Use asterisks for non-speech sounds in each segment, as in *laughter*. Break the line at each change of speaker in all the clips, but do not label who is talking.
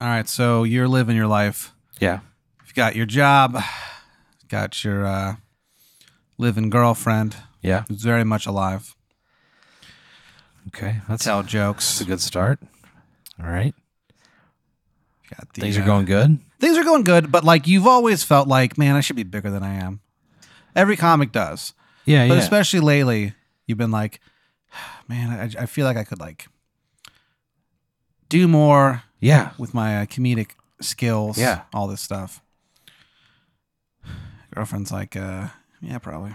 All right, so you're living your life.
Yeah.
You've got your job, got your uh, living girlfriend
Yeah.
who's very much alive.
Okay. That's,
Tell
that's
jokes.
a good start. All right.
You got the,
Things are
uh,
going good.
Things are going good, but like you've always felt like, man, I should be bigger than I am. Every comic does,
Yeah.
but
yeah.
especially lately, you've been like, *sighs* man, I, I feel like I could like do more
yeah.
with my uh, comedic skills.
Yeah.
all this stuff. *sighs* Girlfriend's like, uh, yeah, probably.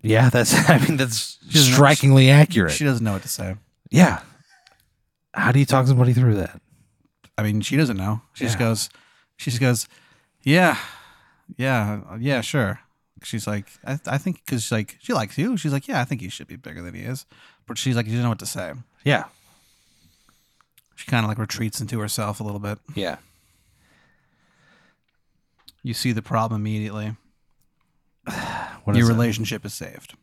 Yeah. That's, *laughs* I mean, that's
doesn't know-
strikingly accurate.
She doesn't know what to say.
yeah. How do you talk somebody through that?
I mean, she doesn't know. She just
Yeah.
goes, she just goes, yeah, yeah, yeah, sure. She's like, I, I think because she's like, she likes you. She's like, yeah, I think he should be bigger than he is. But she's like, she doesn't know what to say.
Yeah.
She kind of like retreats into herself a little bit.
Yeah.
You see the problem immediately.
What
Your
is it?
relationship is saved.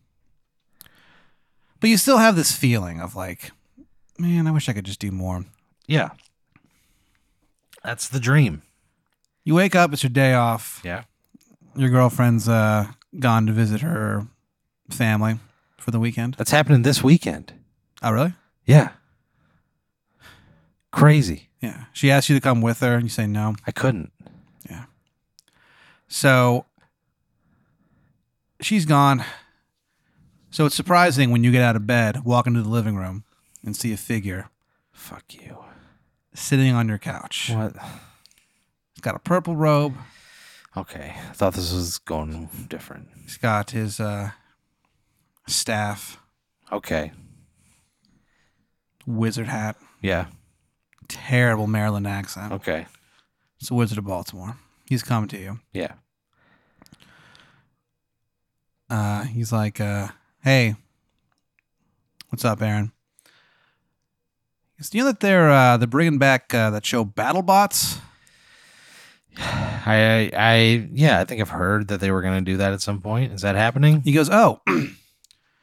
But you still have this feeling of like, man, I wish I could just do more.
Yeah. That's the dream.
You wake up, it's your day off.
Yeah.
Your girlfriend's uh, gone to visit her family for the weekend.
That's happening this weekend.
Oh, really?
Yeah. Crazy.
Yeah. She asks you to come with her and you say no.
I couldn't.
So she's gone. So it's surprising when you get out of bed, walk into the living room, and see a figure
Fuck you.
sitting on your couch.
What?
He's got a purple robe.
Okay. I thought this was going different.
He's got his uh, staff,
Okay.
wizard hat,
Yeah.
terrible Maryland accent.
Okay.
It's the Wizard of Baltimore. He's come to you.
Yeah.
Uh, he's like, uh, "Hey, what's up, Aaron?" He goes, Do you know that they're uh, they're bringing back uh, that show BattleBots?
I, I I yeah, I think I've heard that they were going to do that at some point. Is that happening?
He goes, "Oh,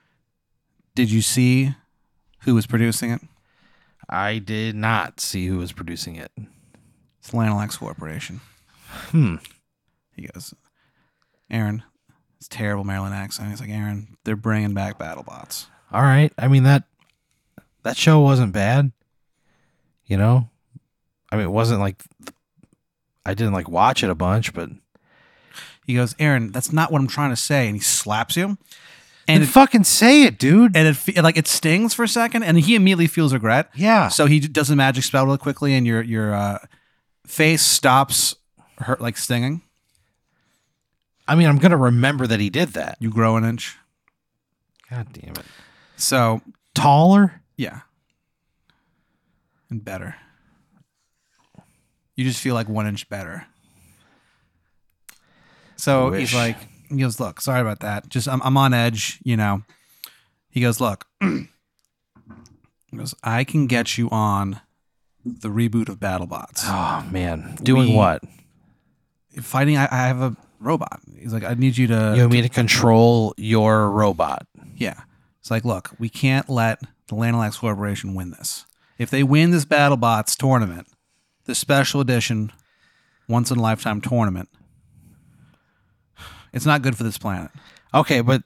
*clears throat* did you see who was producing it?
I did not see who was producing it.
It's Lanalax Corporation."
Hmm.
He goes, "Aaron, it's terrible Maryland accent." He's like, "Aaron, they're bringing back BattleBots."
All right. I mean that that show wasn't bad. You know? I mean, it wasn't like I didn't like watch it a bunch, but
He goes, "Aaron, that's not what I'm trying to say," and he slaps you.
and
And it,
fucking say it, dude.
and it fe- like it stings for a second, and he immediately feels regret.
yeah.
So he does a magic spell really quickly, and your your uh, face stops hurt like stinging.
I mean, I'm going to remember that he did that.
You grow an inch.
God damn it.
So
Taller?
yeah, and better. You just feel like one inch better. So
I
he's
wish.
like, he goes, look, sorry about that. Just I'm I'm on edge, you know. He goes, look. *clears throat* he goes, I can get you on the reboot of BattleBots.
Oh, man. Doing
We-
what?
Fighting, I, I have a robot. He's like, I need you to
You want me to control your robot?
Yeah. It's like, look, we can't let the Lanalax Corporation win this. If they win this BattleBots tournament, the special edition, once in a lifetime tournament, it's not good for this planet.
Okay, but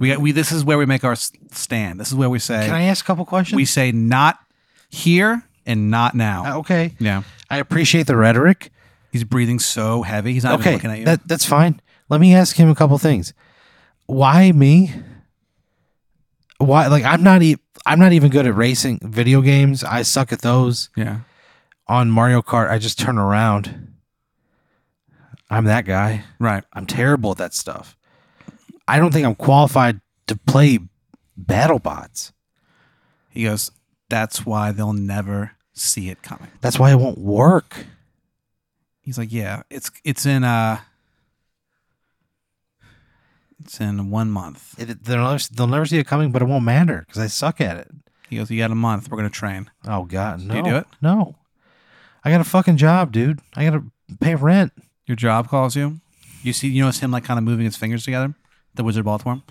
We, we this is where we make our s- stand. This is where we say
can I ask a couple questions?
we say not here and not now.
Uh, okay.
Yeah.
I appreciate the rhetoric.
He's breathing so heavy. He's not even
Okay,
looking at you.
that, that's fine. Let me ask him a couple things. Why me? Why like I'm not e- I'm not even good at racing video games. I suck at those.
yeah.
On Mario Kart, I just turn around. I'm that guy.
Right.
I'm terrible at that stuff. I don't think I'm qualified to play BattleBots.
He goes, that's why they'll never see it coming.
That's why it won't work.
He's like, yeah, it's it's in uh, it's in one month.
It, they'll, never, they'll never see it coming, but it won't matter because I suck at it.
He goes, you got a month. We're gonna train.
Oh God, no!
you do it?
No, I got a fucking job, dude. I gotta pay rent.
Your job calls you. You see, you notice him like kind of moving his fingers together. The Wizard of Baltimore.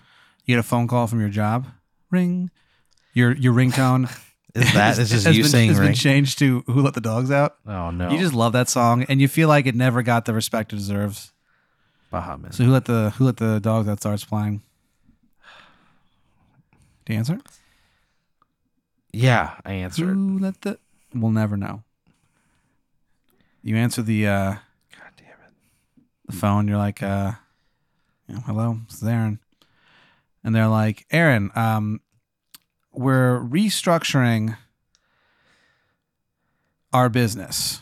You get a phone call from your job. Ring. Your your ringtone
*laughs*
*laughs*
Is that it's just
has
you
been,
saying
has been
ring?
changed to "Who Let the Dogs Out."
oh no,
You just love that song, and you feel like it never got the respect it deserves.
Bahamas.
So who let the who let the dogs out starts playing? The answer?
yeah, I answered.
Who let the? We'll never know. You answer the uh,
God damn it!
the phone. You're like, uh, you know, hello, this is Aaron, and they're like, Aaron, um, we're restructuring our business.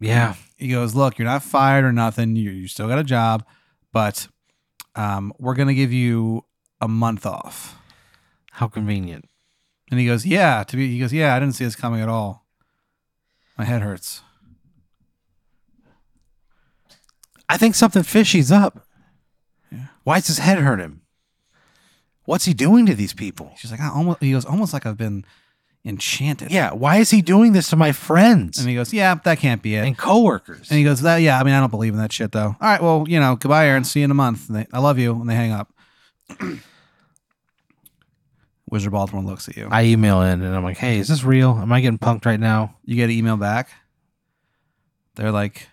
Yeah,
he goes, look, you're not fired or nothing. You you still got a job, but um, we're gonna give you a month off.
how convenient.
And he goes, yeah. To be, he goes, yeah. I didn't see this coming at all. My head hurts.
I think something fishy's up.
Yeah.
Why does his head hurt him? What's he doing to these people?
She's like, I almost. He goes, almost like I've been enchanted.
Yeah, why is he doing this to my friends
And
and,
he goes, yeah, that can't be it.
coworkers?
And he goes, that yeah. I mean, I don't believe in that shit though. All right, well, you know, goodbye, Aaron. See you in a month. And they, I love you. And they hang up. *clears throat* Wizard Baltimore looks at you.
I email in and I'm like, "Hey, is this real? Am I getting punked right now?"
you get an email back. They're like,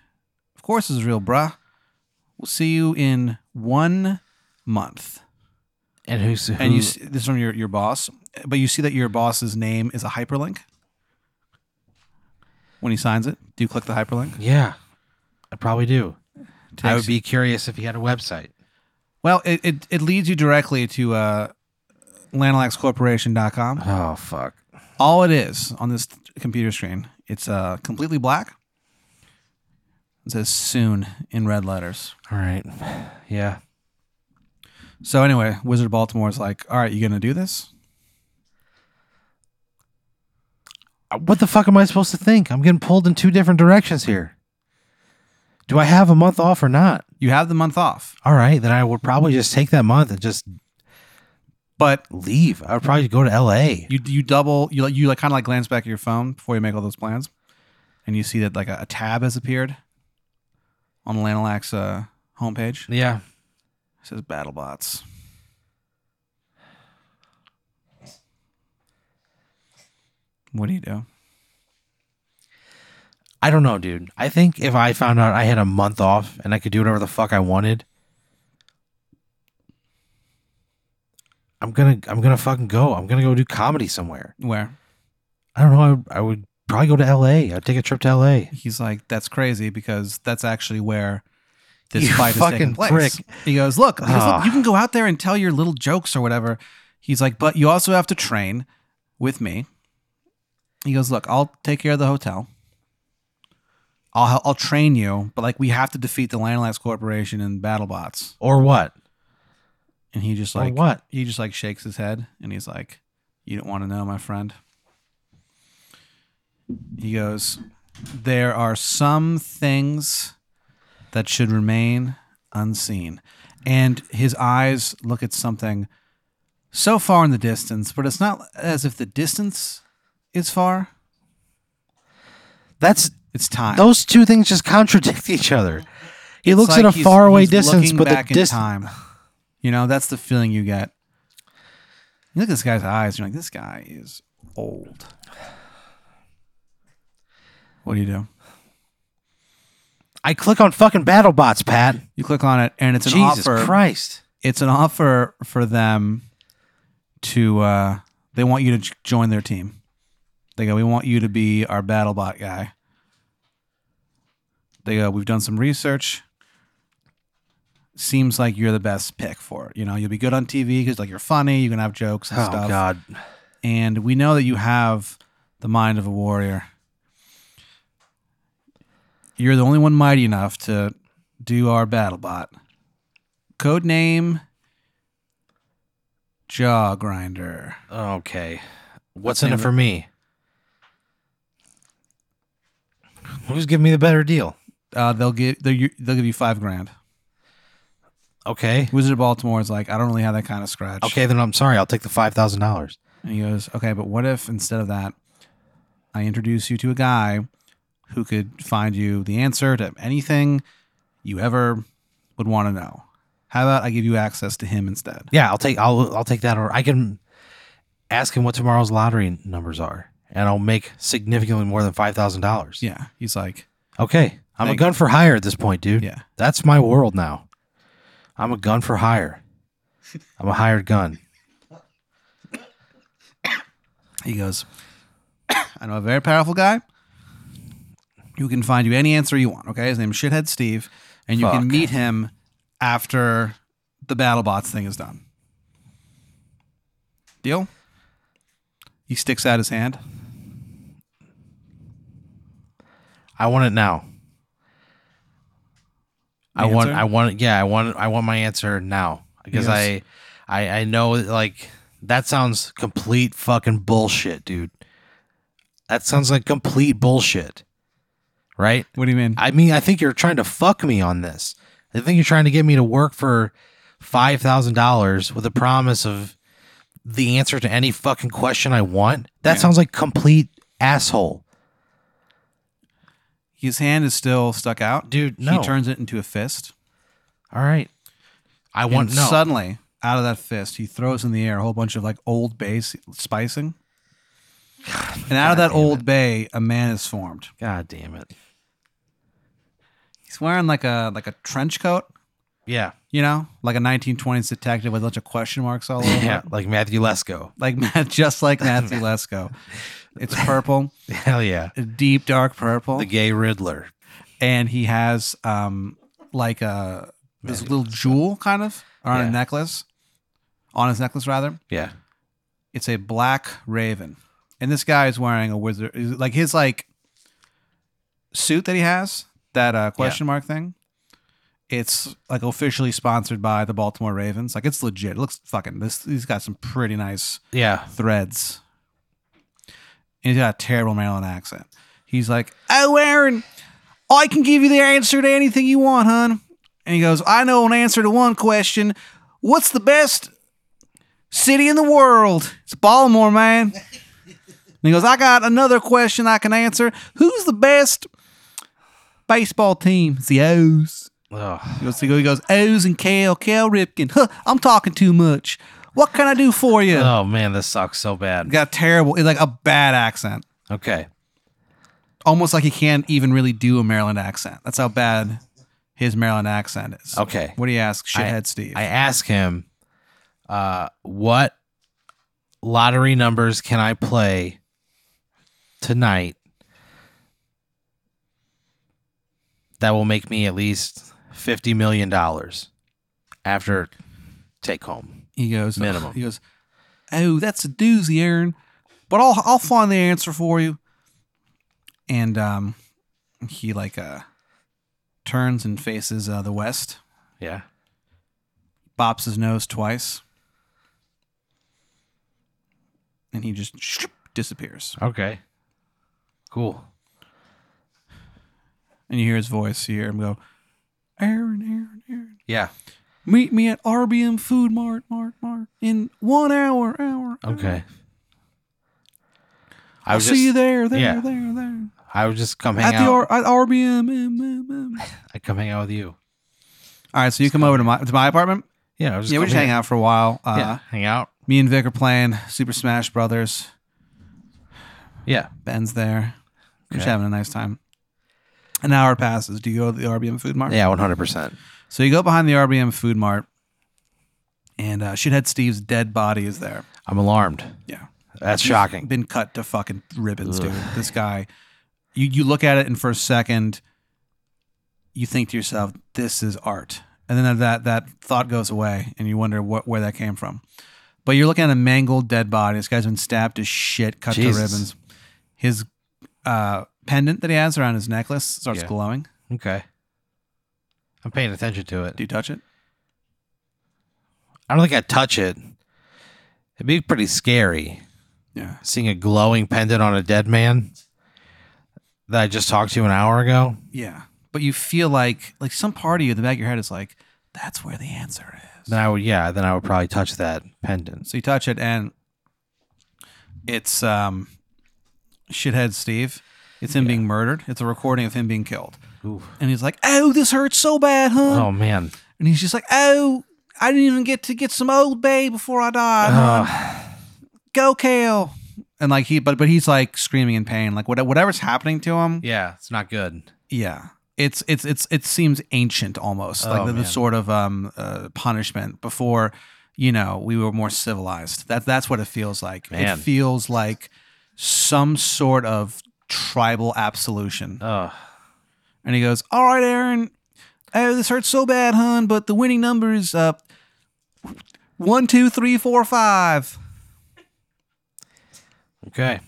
"Of course this is real, bruh. We'll see you in one month."
And who's who,
And you see, this is from your your boss, but you see that your boss's name is a hyperlink. When he signs it, do you click the hyperlink?
Yeah, I probably do. I
Takes-
would be curious if he had a website.
well, it, it, it leads you directly to uh, lanalaxcorporation.com.
Oh fuck!
All it is on this computer screen, it's uh, completely black. It says soon in red letters.
All right, yeah.
So anyway, Wizard of Baltimore is like, "All right, you gonna do this?"
Uh, What the fuck am I supposed to think? I'm getting pulled in two different directions here. Do I have a month off or not?
You have the month off,
All right, then I would probably just take that month and just
but
leave. I would probably go to L.A.
you you double you like you like kind of like glance back at your phone before you make all those plans, and you see that like a, a tab has appeared on the Lanalax uh, homepage. It
Yeah,
says BattleBots. What do you do?
I don't know, dude. I think if I found out I had a month off and I could do whatever the fuck I wanted, I'm gonna I'm gonna fucking go. I'm gonna go do comedy somewhere.
Where
I don't know. I, would- I would probably go to L.A. I'd take a trip to L.A.
he's like, "That's crazy," because that's actually where this
You
fight is taking
fucking
place.
prick.
He goes, look, he goes, look,
Ah.
you can go out there and tell your little jokes or whatever. He's like, but you also have to train with me. He goes, look, I'll take care of the hotel. I'll hel- I'll train you, but like we have to defeat the Lanalax Corporation and BattleBots.
Or what?
And he just
Or
like
what?
he just like shakes his head and he's like, "You don't want to know, my friend." He goes, "There are some things that should remain unseen." And his eyes look at something so far in the distance, but it's not as if the distance is far.
That's
It's time.
those two things just contradict each other. He
It's
looks
like
at a
he's-
faraway
he's
distance,
looking
but the
back in
distance.
time. You know, that's the feeling you get. You look at this guy's eyes, you're like, this guy is old. What do you do?
I click on fucking BattleBots, Pat.
You click on it, and it's an
Jesus
offer.
Christ!
It's an offer for them to. Uh, they want you to j- join their team. They go, we want you to be our BattleBot guy. They go, we've done some research. Seems like you're the best pick for it. You know, you'll be good on TV because like you're funny, you can have jokes and
Oh
stuff.
God!
and we know that you have the mind of a warrior. You're the only one mighty enough to do our battle bot. Code name Jaw Grinder.
Okay, what's
the
in
name
it
of
for me? Who's giving me the better deal?
Uh, they'll give they'll, they'll give you five grand.
Okay,
Wizard of Baltimore is like, I don't really have that kind of scratch.
okay, then I'm sorry. I'll take the five thousand dollars.
And he goes, okay, but what if instead of that, I introduce you to a guy who could find you the answer to anything you ever would want to know? How about I give you access to him instead?
Yeah, I'll take. I'll I'll take that. Or I can. ask him what tomorrow's lottery numbers are, and I'll make significantly more than five thousand dollars.
Yeah. He's like,
Okay, I'm
Thank-
a gun for hire at this point, dude.
yeah.
That's my world now. I'm a gun for hire. I'm a hired gun.
He goes, I know a very powerful guy who can find you any answer you want. Okay. His name is Shithead Steve. And you
Fuck.
can meet him after the BattleBots thing is done. Deal? He sticks out his hand.
I want it now. I want.
Answer?
I want. it- Yeah. I want. I want my answer now because
Yes.
I, I, I know. Like that sounds complete fucking bullshit, dude. That sounds like complete bullshit, right?
What do you mean?
I mean, I think you're trying to fuck me on this. I think you're trying to get me to work for five thousand dollars with a promise of the answer to any fucking question I want. That
Yeah.
sounds like complete asshole,
his hand is still stuck out.
dude. No.
He turns it into a fist.
All right. I want
and
no.
suddenly, out of that fist, he throws in the air a whole bunch of like old bay s- spicing. And out of that old bay, a man is formed.
God damn it.
He's wearing like a like a trench coat,
Yeah.
you know, like a 1920s detective with a bunch of question marks all over. it.
Yeah. *laughs* Like Matthew Lesko.
Like *laughs* Matt, just
*laughs*
like Matthew Lesko. It's purple,
Hell yeah.
a deep dark purple,
The gay Riddler.
and he has um like a this little jewel kind of on
Yeah.
a necklace, on his necklace rather.
Yeah.
it's a black raven and this guy is wearing a wizard like his like suit that he has that uh question mark thing it's like officially sponsored by the baltimore ravens like it's legit it looks fucking this he's got some pretty nice
Yeah.
threads and he's got a terrible maryland accent he's like oh aaron i can give you the answer to anything you want hun and he goes i know an answer to one question what's the best city in the world. It's Baltimore, man. And he goes, I got another question I can answer. Who's the best baseball team? It's the O's.
Ugh.
He goes, he goes O's and Cal, Cal Ripken. Huh, I'm talking too much. What can I do for you?
*laughs* Oh man, this sucks so bad.
Got terrible, it's like a bad accent.
Okay.
Almost like he can't even really do a Maryland accent. That's how bad his Maryland accent is.
Okay.
What do you ask,
I-
shithead Steve?
I ask him, uh, what lottery numbers can I play tonight that will make me at least fifty million dollars after take home?
He goes uh,
Minimum.
He goes, oh, that's a doozy, Aaron. But I'll I'll find the answer for you. And um, he like uh turns and faces uh, the west.
Yeah.
Bops his nose twice, and he just shoop, disappears.
Okay. Cool.
And you hear his voice. You hear him go, Aaron, Aaron, Aaron.
Yeah.
Meet me at RBM Food Mart, Mart, Mart in one hour, hour. hour.
Okay. I
I'll
was
see
just,
you there, there,
yeah.
there, there.
I would just come
at
hang
the
out.
R- at RBM. mm, mm, mm.
I'd come hang out with you.
All right, so you come over to my to my apartment.
Yeah. I was just
yeah, we
come
just hang out for a while. Uh,
Yeah. Hang out.
Me and Vic are playing Super Smash Brothers.
Yeah.
Ben's there. We're just
Okay.
having a nice time. An hour passes. Do you go to the RBM Food Mart?
Yeah. One hundred percent.
So you go behind the RBM Food Mart, and uh, shithead Steve's dead body is there.
I'm alarmed.
Yeah,
That's shocking.
been cut to fucking ribbons, dude. This guy. You you look at it, and for a second, you think to yourself, "This is art," and then that that thought goes away, and you wonder what where that came from. But you're looking at a mangled dead body. This guy's been stabbed to shit, cut
Jesus.
to ribbons. His uh, pendant that he has around his necklace starts
Yeah.
glowing.
Okay. I'm paying attention to it.
Do you touch it?
I don't think I'd touch it. It'd be pretty scary
Yeah.
seeing a glowing pendant on a dead man that I just talked to an hour ago.
Yeah. But you feel like like some part of you, in the back of your head, is like, "That's where the answer is."
Then I would, yeah, then I would probably touch that pendant.
So you touch it, and it's um, shithead Steve. It's him being murdered. It's a recording of him being killed,
Oof.
and he's like, "Oh, this hurts so bad, huh?"
Oh man.
And he's just like, "Oh, I didn't even get to get some old bay before I died." huh?"
Ugh.
go Kale, and like he, but but he's like screaming in pain, like what, whatever's happening to him.
Yeah, it's not good.
Yeah. It's it's it's it seems ancient almost, like
Oh,
the, the
man.
sort of um uh, punishment before, you know, we were more civilized. That that's what it feels like.
Man.
It feels like some sort of tribal absolution.
Oh,
And he goes, "All right, Aaron, oh, this hurts so bad, hun, but the winning number is uh, one, two, three, four, five.
okay.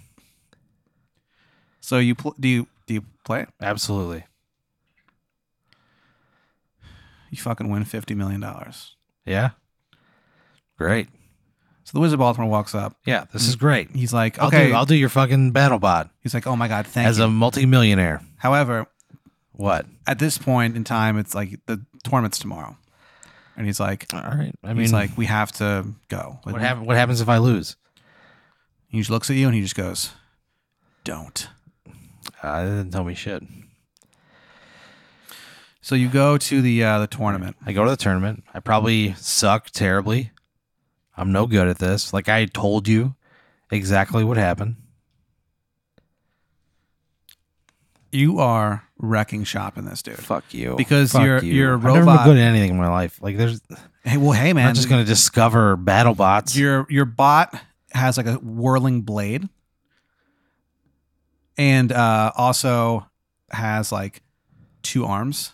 So you pl- do you do you play it?
Absolutely.
You fucking win fifty million dollars.
Yeah. Great.
So the Wizard of Baltimore walks up.
Yeah, this is great.
He's like,
Mm. I'll
okay.
do I'll do your fucking battle bot
He's like, oh my god, thank
as
you.
a multimillionaire.
However,
What?
at this point in time, it's like the tournament's tomorrow, and he's like,
All right. I mean,
he's like, we have to go. Like,
what, hap- what happens if I lose?
He just looks at you and he just goes, don't.
Uh, they didn't tell me shit.
So you go to the uh, the tournament.
I go to the tournament. I probably suck terribly. I'm no good at this. Like I told you exactly what happened.
You are wrecking shop in this, dude.
Fuck you.
Because
Fuck
you're-
you.
you're a
I've never
robot.
been good at anything in my life. Like there's
Hey, well, hey,
I'm
man,
not just gonna discover battle bots.
your your bot has like a whirling blade, and uh, also has like two arms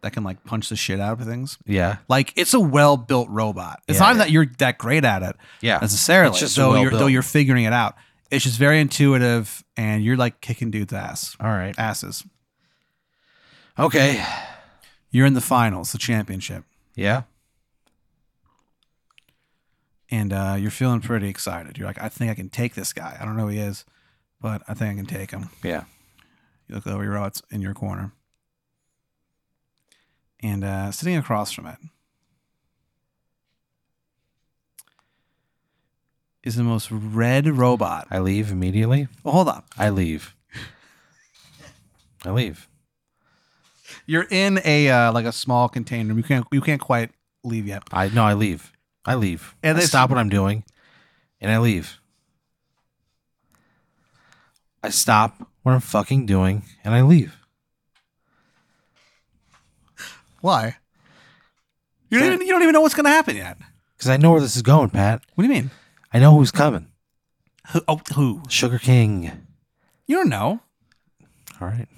that can like punch the shit out of things.
yeah.
Like it's a well built robot. It's
Yeah,
not
yeah.
that you're that great at it
Yeah.
necessarily,
It's just
though you're
well-built.
though you're figuring it out. It's just very intuitive, and you're like kicking dudes' ass
All right.
asses.
Okay.
You're in the finals, the championship,
Yeah.
and uh, you're feeling pretty excited. You're like, I think I can take this guy. I don't know who he is, but I think I can take him.
Yeah.
You look over your row, it's in your corner. And uh, sitting across from it is the most red robot.
I leave immediately.
Well, hold on.
I leave. I leave.
You're in a uh, like a small container. You can't you can't quite leave yet.
I no, I leave. I leave.
And
And I
they-
stop what I'm doing, and I leave. I stop what I'm fucking doing, and I leave.
Why? You don't even, you don't even know what's gonna happen yet.
Because I know where this is going, Pat.
What do you mean?
I know who's coming.
Who? Oh, who?
Sugar King.
You don't know.
All right.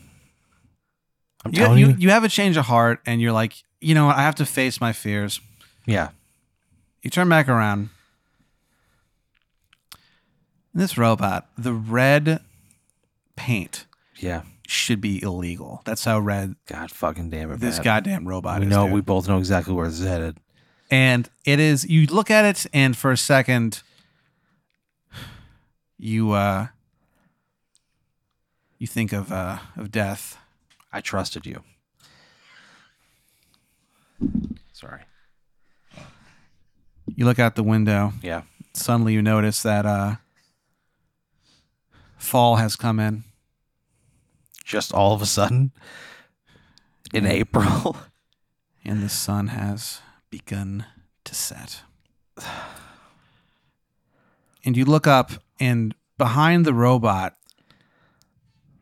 I'm
You,
telling
you
you.
you have a change of heart, and you're like, you know what? I have to face my fears.
Yeah.
You turn back around. And this robot, the red paint
Yeah.
should be illegal. That's how red
God fucking damn it.
this
Pat.
goddamn robot
We
is.
know.
dude.
We both know exactly where this is headed.
and it is you look at it and for a second you uh you think of uh of death.
I trusted you. Sorry.
You look out the window.
Yeah.
Suddenly you notice that uh fall has come in.
Just all of a sudden
*laughs*
in April. *laughs*
and the sun has begun to set. And you look up, and behind the robot,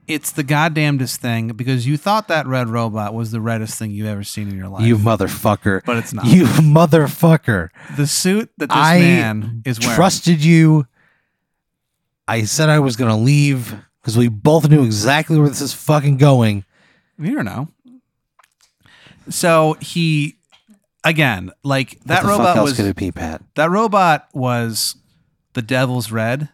it's the goddamnedest thing because you thought that red robot was the reddest thing you've ever seen in your life.
You motherfucker.
*laughs* but it's not.
You motherfucker.
the suit that this
I
man is wearing.
Trusted you. I said I was going to leave because we both knew exactly where this is fucking going.
you don't know. So he, again, like that
what the
robot
fuck else
was
could it
*laughs*
be, Pat?
that robot was the devil's red.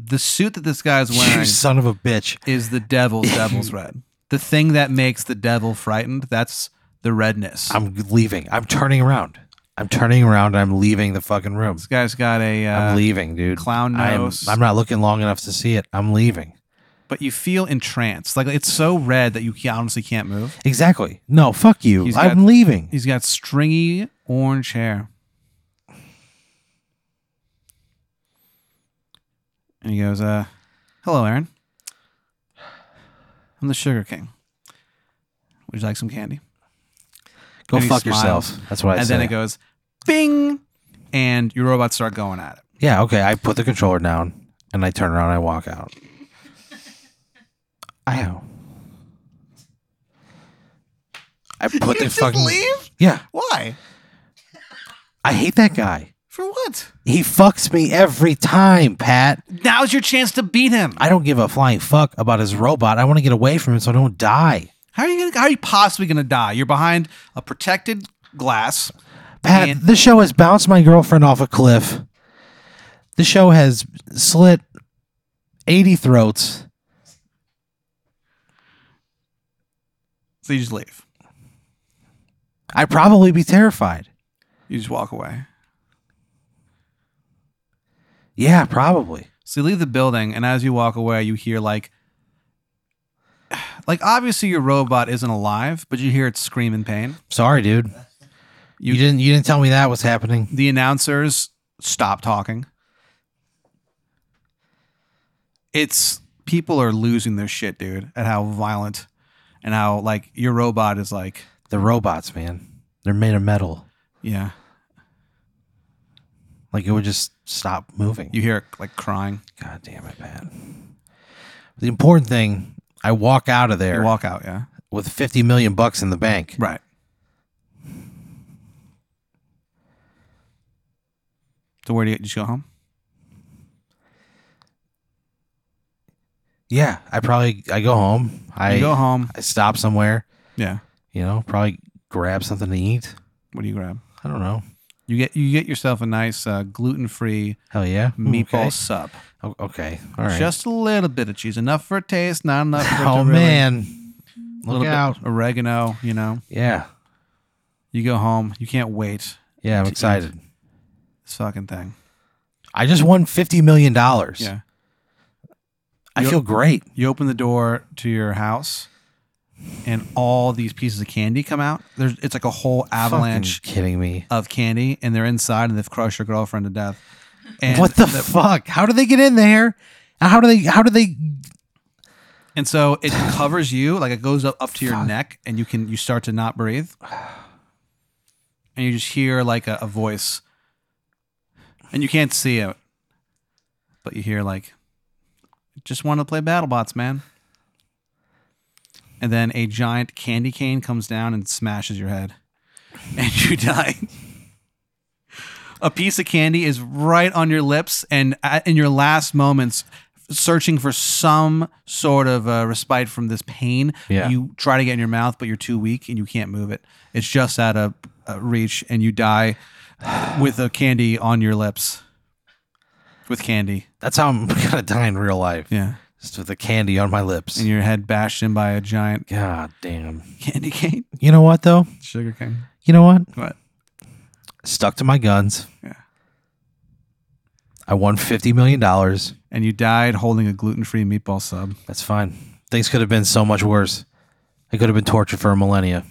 The suit that this guy's
You
wearing
son of a bitch.
is the
*laughs*
devil's devil's red. The thing that makes the devil frightened, that's the redness.
I'm leaving. I'm turning around. I'm turning around. and I'm leaving the fucking room.
this guy's got a
I'm
uh,
leaving, dude.
clown
I'm,
nose,
I'm not looking long enough to see it. I'm leaving.
but you feel entranced. Like it's so red that you ca- honestly can't move.
Exactly. No, fuck you.
He's
I'm
got-
leaving.
He's got stringy orange hair. And he goes, uh, Hello, Aaron. I'm the Sugar King. Would you like some candy?
Go
and he
fuck
smiles.
yourself. That's what I
and
said.
then it goes bing and your robots start going at it
Yeah, okay. I put the controller down and I turn around and I
*laughs*
walk out. I know. I put the
just
fucking
leave?
Yeah.
Why?
I hate that guy.
For what?
He fucks me every time, Pat.
Now's your chance to beat him.
I don't give a flying fuck about his robot. I want to get away from him so I don't die.
How are you gonna, how are you possibly gonna die? You're behind a protected glass.
Pat,
Man.
this show has bounced my girlfriend off a cliff. The show has slit 80 throats.
So you just leave.
I'd probably be terrified.
You just walk away.
Yeah, probably.
So you leave the building, and as you walk away, you hear like, *sighs* like obviously your robot isn't alive, but you hear it scream in pain.
Sorry, dude. You, didn't you didn't tell me that was happening.
The announcers stop talking. It's people are losing their shit, dude, at how violent and how like your robot is like,
The robots, man. They're made of metal.
yeah.
Like it would just stop moving.
You hear it like crying.
God damn it, Pat. The important thing, I walk out of
You
there
walk out, yeah.
with 50 million bucks in the bank.
Right. So where do you just go home?
Yeah, I probably I go home.
You
I
go home.
I stop somewhere,
Yeah.
you know, probably grab something to eat.
What do you grab?
I don't know.
You get you get yourself a nice uh, gluten free
Hell yeah. Mm,
meatball
okay.
sub.
O- Okay. All right.
Hmm, Just a little bit of cheese, enough for a taste, not
*laughs*
enough. For it to
oh
really-
man.
a little
Look out.
bit oregano. You know,
Yeah.
you go home. You can't wait.
Yeah, I'm
To eat.
excited.
This fucking thing.
I just won 50 million dollars.
Yeah.
I
You-
feel great.
You open the door to your house, and all these pieces of candy come out. There's it's like a whole avalanche
Fucking kidding me.
of candy and they're inside and they've crushed your girlfriend to death. And
what the, fuck? How do they get in there? And How do they how do they
and so it covers you, like it goes up, up to your
Fuck.
neck and you can you start to not breathe. And you just hear like a, a voice. And you can't see it. But you hear like just want to play BattleBots, man. And then a giant candy cane comes down and smashes your head. *laughs* And you die. a piece of candy is right on your lips and at, in your last moments searching for some sort of uh, respite from this pain
Yeah.
you try to get in your mouth but you're too weak and you can't move it it's just out of uh, reach and you die *sighs* with a candy on your lips with candy
That's how I'm *laughs* gonna die in real life.
yeah
Just with the candy on my lips.
and your head bashed in by a giant
God damn.
*laughs* candy cane
You know what though?
sugar cane
You know what?
what
Stuck to my guns.
Yeah.
I won fifty million dollars.
and you died holding a gluten-free meatball sub
That's fine. Things could have been so much worse. I could have been tortured for a millennia.